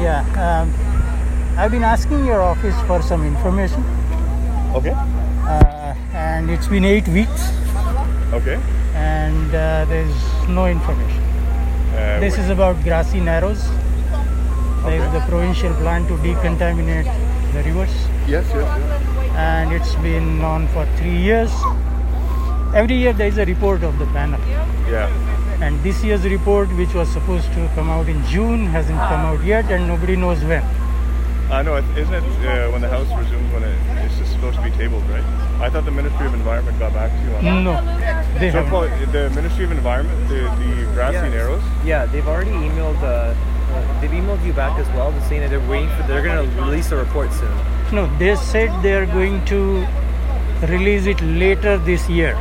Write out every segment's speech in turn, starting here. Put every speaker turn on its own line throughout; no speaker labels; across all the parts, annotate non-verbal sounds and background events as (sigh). Yeah, um, I've been asking your office for some information,
Okay.
uh, and it's been eight weeks,
Okay.
and uh, there's no information.
Uh,
This
wait.
is about grassy narrows. There's the provincial plan to decontaminate the rivers,
yes, yes, yes.
and it's been on for three years. Every year there is a report of the panel,
Yeah.
and this year's report, which was supposed to come out in June, hasn't come out yet, and nobody knows when.
I know. it- Isn't it uh, when the House resumes when it, it's just supposed to be tabled, right? I thought the Ministry of Environment got back to you on that.
No, they
So,
haven't.
Paul, the Ministry of Environment, the, the grassy
Yeah.
narrows.
Uh,
Yeah, they've already emailed. Uh, uh, they've emailed you back as well, just saying that they're waiting for. They're gonna release a report soon.
No, they said they are going to release it later this year.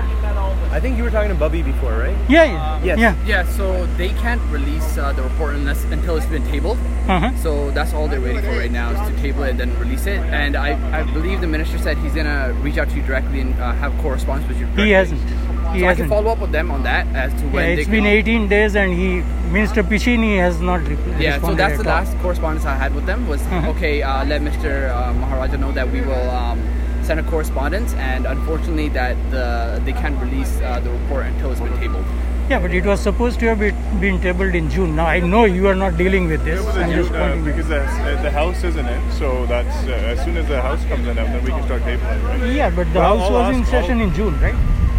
I think you were talking to Bubby before, right?
Yeah, yeah,
Yes.
yeah.
Yeah, so they can't release uh, the report unless until it's been tabled.
Uh-huh.
So that's all they're waiting for right now is to table it and then release it. And I, I believe the minister said he's gonna reach out to you directly and uh, have correspondence with you. Directly.
He hasn't. He
so I can
hasn't.
follow up with them on that as to
Yeah,
when
it's
they
been 18
can-
days, and he, Minister Pichini, has not re-
Yeah, so
responded
that's
at
the
all.
last correspondence I had with them was
Uh-huh.
okay. Uh, let Mr. Uh, Maharaja know that we will um, send a correspondence, and unfortunately that the they can't release uh, the report until it's been tabled.
Yeah, but it was supposed to have be- been tabled in June. Now I know you are not dealing with this.
It was a
I'm
new,
just
uh,
pointing.
because the, the house isn't in, so that's uh, as soon as the house comes in, then we can start tabling, right?
yeah, but the
Well,
house
I'll
was in
ask-
session in June, right?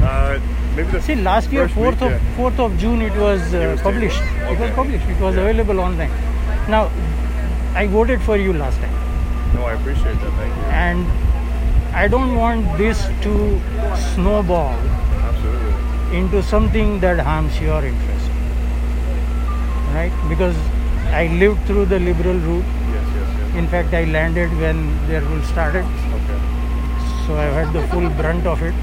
Uh, maybe the
See, last year,
first week,
fourth of
yeah.
fourth of June, it was, uh,
was
published. It
tabled.
was
Okay.
published. It was available online. Now, I voted for you last time.
No, I appreciate that. Thank you.
and I don't want this to snowball
Absolutely.
into something that harms your interest. Right? Because I lived through the liberal route.
Yes, yes,
In fact, I landed when their rule started,
yes. Okay.
so I've had the full brunt of it.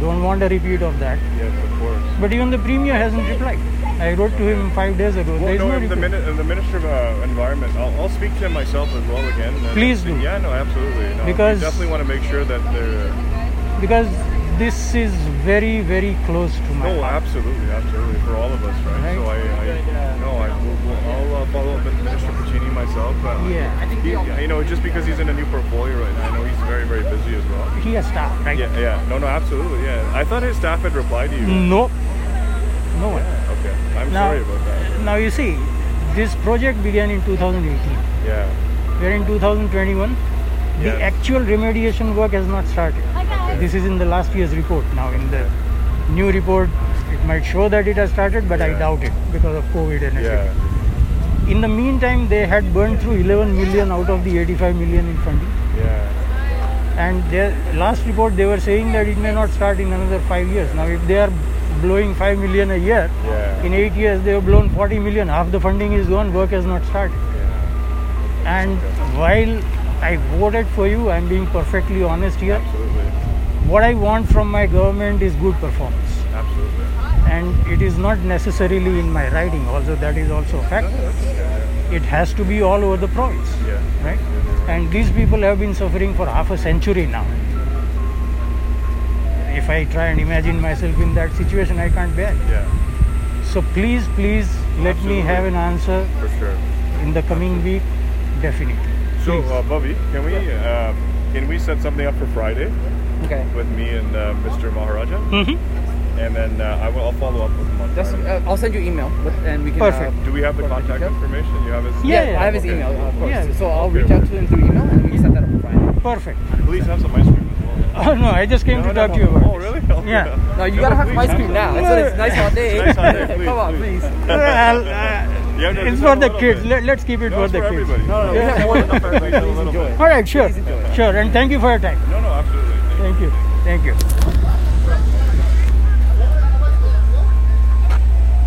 Don't want a repeat of that.
Yes, of course.
But even the premier hasn't replied. I wrote to him five days ago.
Well,
There's
no,
no
if the,
reply.
mini- uh, the Minister of uh, Environment, I'll, I'll speak to him myself as well again. and- uh,
Please do.
Yeah, no, absolutely. No,
Because-
we definitely want to make sure that they're.
Because this is very, very close to my
No, uh,
heart.
absolutely, absolutely for all of us, right?
Right.
So I, I no, I will we'll, I'll uh, follow up with Minister Puccini myself. But
Yeah. I
he, you know, just because he's in a new portfolio right now, I know he's very, very busy as well.
He has stopped, right?
Yeah, yeah. No, no, absolutely. Yeah, I thought his staff had replied to you.
No. No one.
Okay, I'm
Now-
sorry about that.
Now you see, this project began in 2018.
Yeah.
We are in 2021.
Yeah.
The actual remediation work has not started. This is in the last year's report. Now in the new report, it might show that it has started, but I
Yeah.
doubt it because of COVID and everything.
Yeah.
In the meantime, they had burned through 11 million out of the 85 million in funding.
Yeah.
And their last report, they were saying that it may not start in another five years. Now if they are blowing 5 million a year,
Yeah.
in eight years they have blown 40 million. Half the funding is gone. Work has not started.
yeah.
And while I voted for you, I'm being perfectly honest here.
Absolutely.
What I want from my government is good performance.
Absolutely.
And it is not necessarily in my writing, although that is also a fact. It has to be all over the province,
Yeah.
right? And these people have been suffering for half a century now. If I try and imagine myself in that situation, I can't bear it.
Yeah.
So please, please let me
Absolutely.
have an answer
For sure.
in the coming week, definitely.
So, uh, Bobby, can we uh, can we set something up for Friday
Okay.
with me and uh, Mr. Maharaja,
Mhm.
and then uh, I will I'll follow up with him on
That's,
Friday.
uh, I'll send you email with, and we can.
Perfect.
Uh,
Do we have the contact
details?
information? You have his.
Yeah,
Yeah, I have his
okay.
email, of course.
Yeah.
So I'll
Okay,
reach out to him through email and we can set that up for Friday.
Perfect.
Please have some ice cream as well.
(laughs) Oh no, I just came
No,
to
no,
talk
no.
to you about
Oh,
this.
really? Okay.
Yeah.
(laughs)
No, you gotta have
please,
some ice cream now.
absolutely.
It's, a- it's a nice hot day.
It's a nice hot
(laughs)
day,
Come on,
please. (laughs)
please.
Well, uh,
Yeah, no,
it's
just
for
have a
the
little
kids.
bit.
Let, let's keep it
No,
for
it's
the
for
kids.
everybody.
No, no, we
Yeah.
have one number,
Everybody has a (laughs)
please
(laughs)
little
enjoy.
bit.
All right, sure,
Please enjoy.
sure, and thank you for your time.
No, no, absolutely.
Thank you, thank you.